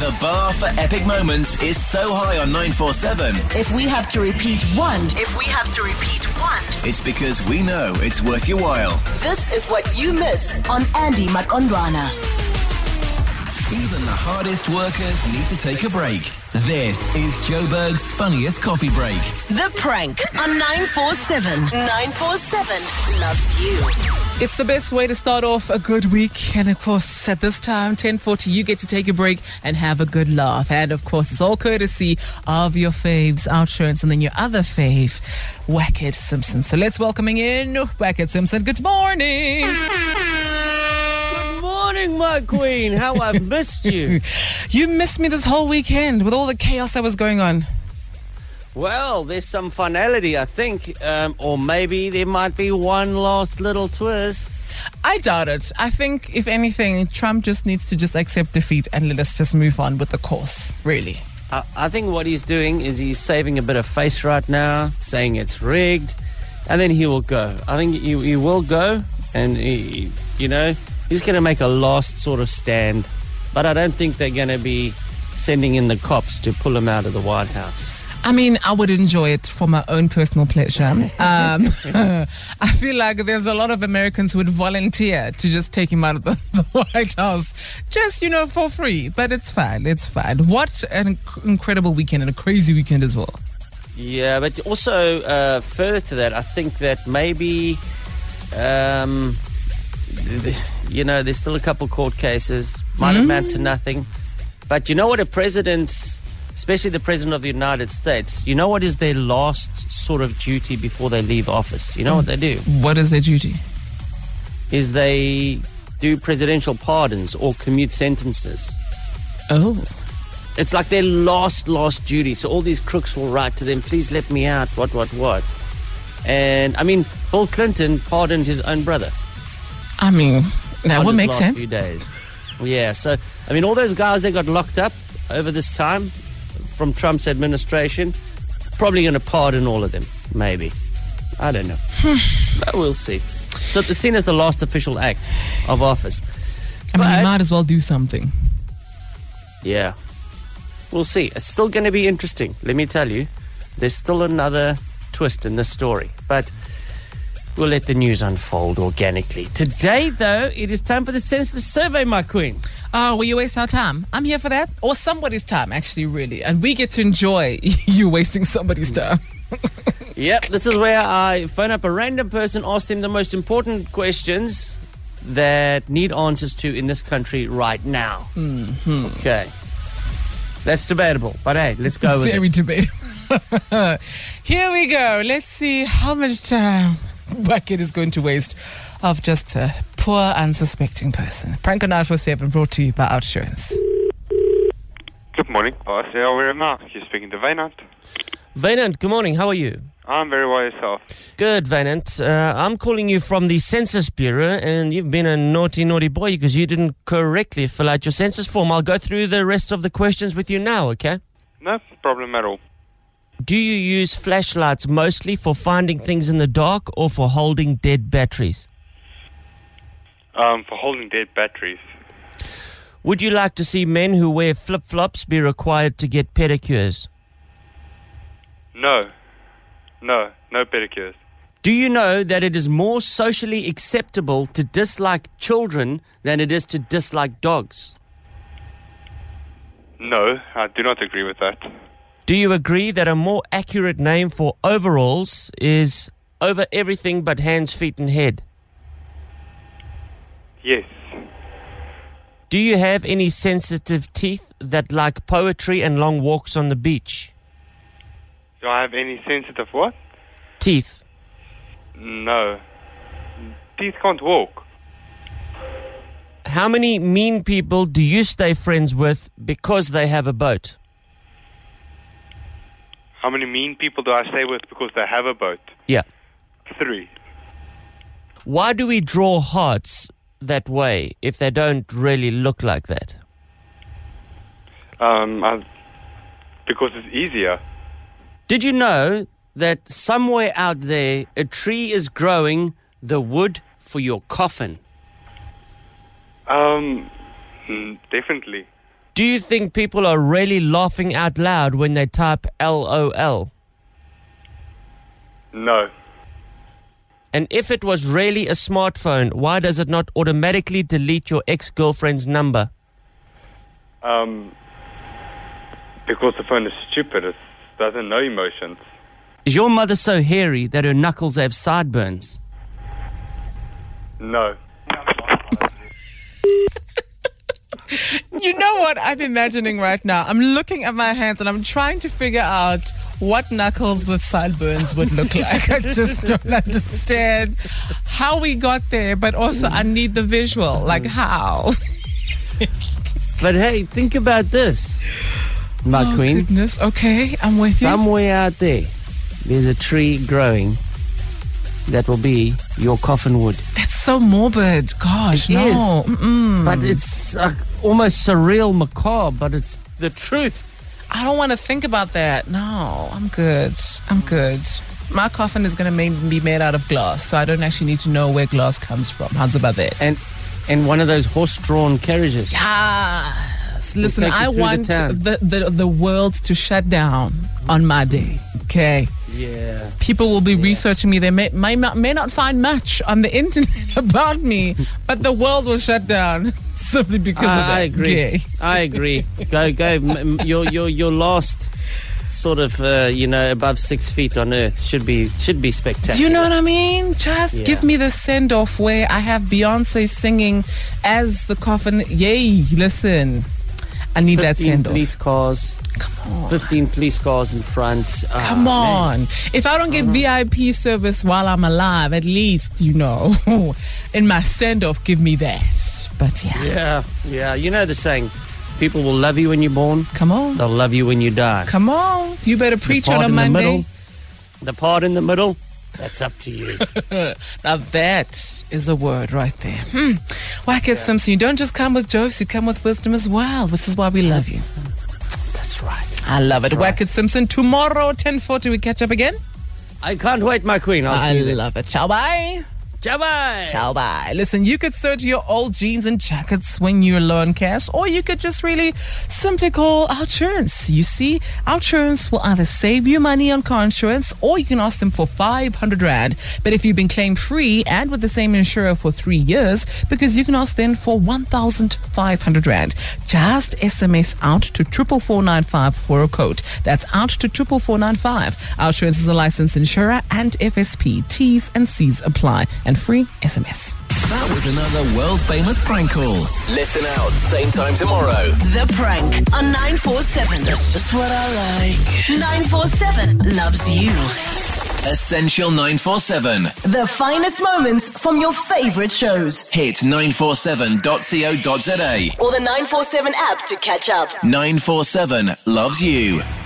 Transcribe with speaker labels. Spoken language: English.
Speaker 1: The bar for epic moments is so high on 947,
Speaker 2: If we have to repeat one,
Speaker 3: If we have to repeat one,
Speaker 1: it's because we know it's worth your while.
Speaker 2: this is what you missed on Andy Makondrana.
Speaker 1: Even the hardest workers need to take a break. This is Joburg's funniest coffee break.
Speaker 2: The prank on 947. 947 loves you.
Speaker 4: It's the best way to start off a good week. And of course, at this time, 1040, you get to take a break and have a good laugh. And of course, it's all courtesy of your faves, Outsurance, and then your other fave, Wackett Simpson. So let's welcoming in Wackett Simpson. Good morning.
Speaker 5: Good morning, my queen. How I've missed you.
Speaker 4: You missed me this whole weekend with all the chaos that was going on.
Speaker 5: Well, there's some finality, I think. Um, or maybe there might be one last little twist.
Speaker 4: I doubt it. I think, if anything, Trump just needs to just accept defeat and let us just move on with the course, really.
Speaker 5: I, I think what he's doing is he's saving a bit of face right now, saying it's rigged, and then he will go. I think he, he will go, and he, you know, he's going to make a last sort of stand. But I don't think they're going to be sending in the cops to pull him out of the White House.
Speaker 4: I mean, I would enjoy it for my own personal pleasure. Um, I feel like there's a lot of Americans who would volunteer to just take him out of the, the White House, just, you know, for free. But it's fine. It's fine. What an inc- incredible weekend and a crazy weekend as well.
Speaker 5: Yeah, but also uh, further to that, I think that maybe, um, th- th- you know, there's still a couple court cases, might amount to nothing. But you know what, a president's, especially the president of the United States, you know what is their last sort of duty before they leave office? You know what they do?
Speaker 4: What is their duty?
Speaker 5: Is they do presidential pardons or commute sentences.
Speaker 4: Oh.
Speaker 5: It's like their last, last duty. So all these crooks will write to them, please let me out, what, what, what. And I mean, Bill Clinton pardoned his own brother.
Speaker 4: I mean, that
Speaker 5: on
Speaker 4: would
Speaker 5: his
Speaker 4: make
Speaker 5: last
Speaker 4: sense.
Speaker 5: Few days. Yeah. So I mean, all those guys that got locked up over this time from Trump's administration, probably going to pardon all of them. Maybe. I don't know.
Speaker 4: Hmm.
Speaker 5: but we'll see. So it's seen as the last official act of office.
Speaker 4: I mean, you
Speaker 5: But-
Speaker 4: might as well do something.
Speaker 5: Yeah. We'll see. It's still going to be interesting, let me tell you. There's still another twist in this story, but we'll let the news unfold organically. Today, though, it is time for the senseless survey, my queen.
Speaker 4: Oh, well, you waste our time. I'm here for that. Or somebody's time, actually, really. And we get to enjoy you wasting somebody's time.
Speaker 5: Yep, this is where I phone up a random person, ask them the most important questions that need answers to in this country right now. Okay. That's debatable, but hey, let's go with
Speaker 4: Very
Speaker 5: it.
Speaker 4: debatable. Here we go. Let's see how much time Bucket is going to waste of just a poor, unsuspecting person. Prank on Seven brought to you by Outsurance.
Speaker 6: Good morning, Oh, boss. Yeah, we're now. You're speaking to Vaynant.
Speaker 5: Vainant, good morning. How are you?
Speaker 6: I'm very well yourself.
Speaker 5: Good, Vainant. Uh, I'm calling you from the Census Bureau, and you've been a naughty, naughty boy because you didn't correctly fill out your census form. I'll go through the rest of the questions with you now, okay?
Speaker 6: No problem at all.
Speaker 5: Do you use flashlights mostly for finding things in the dark or for holding dead batteries?
Speaker 6: Um, for holding dead batteries.
Speaker 5: Would you like to see men who wear flip flops be required to get pedicures?
Speaker 6: No. No. No pedicures.
Speaker 5: Do you know that it is more socially acceptable to dislike children than it is to dislike dogs?
Speaker 6: No, I do not agree with that.
Speaker 5: Do you agree that a more accurate name for overalls is over everything but hands, feet, and head?
Speaker 6: Yes.
Speaker 5: Do you have any sensitive teeth that like poetry and long walks on the beach?
Speaker 6: Do I have any sensitive what?
Speaker 5: Teeth.
Speaker 6: No. Teeth can't walk.
Speaker 5: How many mean people do you stay friends with because they have a boat?
Speaker 6: How many mean people do I stay with because they have a boat?
Speaker 5: Yeah.
Speaker 6: Three.
Speaker 5: Why do we draw hearts that way if they don't really look like that?
Speaker 6: Um, I, because it's easier.
Speaker 5: Did you know that somewhere out there a tree is growing the wood for your coffin?
Speaker 6: Um, mm, definitely.
Speaker 5: Do you think people are really laughing out loud when they type LOL?
Speaker 6: No.
Speaker 5: And if it was really a smartphone, why does it not automatically delete your ex girlfriend's number?
Speaker 6: Um, because the phone is stupid. It doesn't know emotions.
Speaker 5: Is your mother so hairy that her knuckles have sideburns?
Speaker 6: No.
Speaker 4: You know what I'm imagining right now? I'm looking at my hands and I'm trying to figure out what knuckles with sideburns would look like. I just don't understand how we got there, but also I need the visual. Like, how?
Speaker 5: But hey, think about this, my queen.
Speaker 4: Goodness, okay, Oh, I'm with you.
Speaker 5: Somewhere out there, there's a tree growing that will be your coffin wood.
Speaker 4: That's so morbid. Gosh,
Speaker 5: It is.
Speaker 4: no. Mm-mm.
Speaker 5: But it's uh, almost surreal, macabre, but it's the truth.
Speaker 4: I don't want to think about that. No, I'm good. I'm good. My coffin is going to ma- be made out of glass, so I don't actually need to know where glass comes from. How's about that?
Speaker 5: And and one of those horse-drawn carriages.
Speaker 4: Yes. Listen,
Speaker 5: take you
Speaker 4: I
Speaker 5: through the
Speaker 4: want
Speaker 5: town.
Speaker 4: the, the, the world to shut down on my day. Okay.
Speaker 5: Yeah.
Speaker 4: People will be researching me. They may, may, not, may not find much on the internet about me, but the world will shut down simply because of that.
Speaker 5: Ah, I, I agree.
Speaker 4: Okay.
Speaker 5: I agree. Go, go. M- m- your, your, your last sort of, uh, you know, above six feet on Earth should be should be spectacular.
Speaker 4: Do you know what I mean? Just
Speaker 5: Yeah.
Speaker 4: give me the send off where I have Beyonce singing as the coffin. Yay, listen. I need that
Speaker 5: Fifteen
Speaker 4: send off.
Speaker 5: police cars.
Speaker 4: Come on.
Speaker 5: Fifteen police cars in front. Ah,
Speaker 4: Come
Speaker 5: man. Mm.
Speaker 4: on. If I don't get VIP service while I'm alive, at least, you know, in my send off, give me that. But yeah,
Speaker 5: Yeah, yeah. You know the saying, people will love you when you're born.
Speaker 4: come on.
Speaker 5: They'll love you when you die.
Speaker 4: Come on. You better preach on
Speaker 5: part
Speaker 4: a
Speaker 5: in the
Speaker 4: Monday.
Speaker 5: middle. The part in the middle. That's up to you.
Speaker 4: Uh, Now that is a word right there. Hmm. Wack it, Simpson. You don't just come with jokes, you come with wisdom as well, which is why we love you.
Speaker 5: That's right.
Speaker 4: I love it. Wack it, Simpson. Tomorrow, 10.40, we catch up again.
Speaker 5: I can't wait, my queen. I'll
Speaker 4: I
Speaker 5: see you then.
Speaker 4: love it. Ciao, bye.
Speaker 5: Ciao-bye.
Speaker 4: Ciao, bye. Listen, you could search your old jeans and jackets when you're low on cash, or you could just really simply call Outurance. You see, Outurance will either save you money on car insurance, or you can ask them for 500 Rand. But if you've been claim free and with the same insurer for three years, because you can ask them for 1,500 Rand. Just SMS out to 44495 for a code. That's out to 44495. Outurance is a licensed insurer and FSP. T's and C's apply and free SMS.
Speaker 1: That was another world famous prank call. Listen out, same time tomorrow.
Speaker 2: The prank on 947. That's just what I like. 947 loves you.
Speaker 1: Essential 947.
Speaker 2: The finest moments from your favorite shows.
Speaker 1: Hit 947.co.za.
Speaker 2: Or the 947 app to catch up.
Speaker 1: 947 loves you.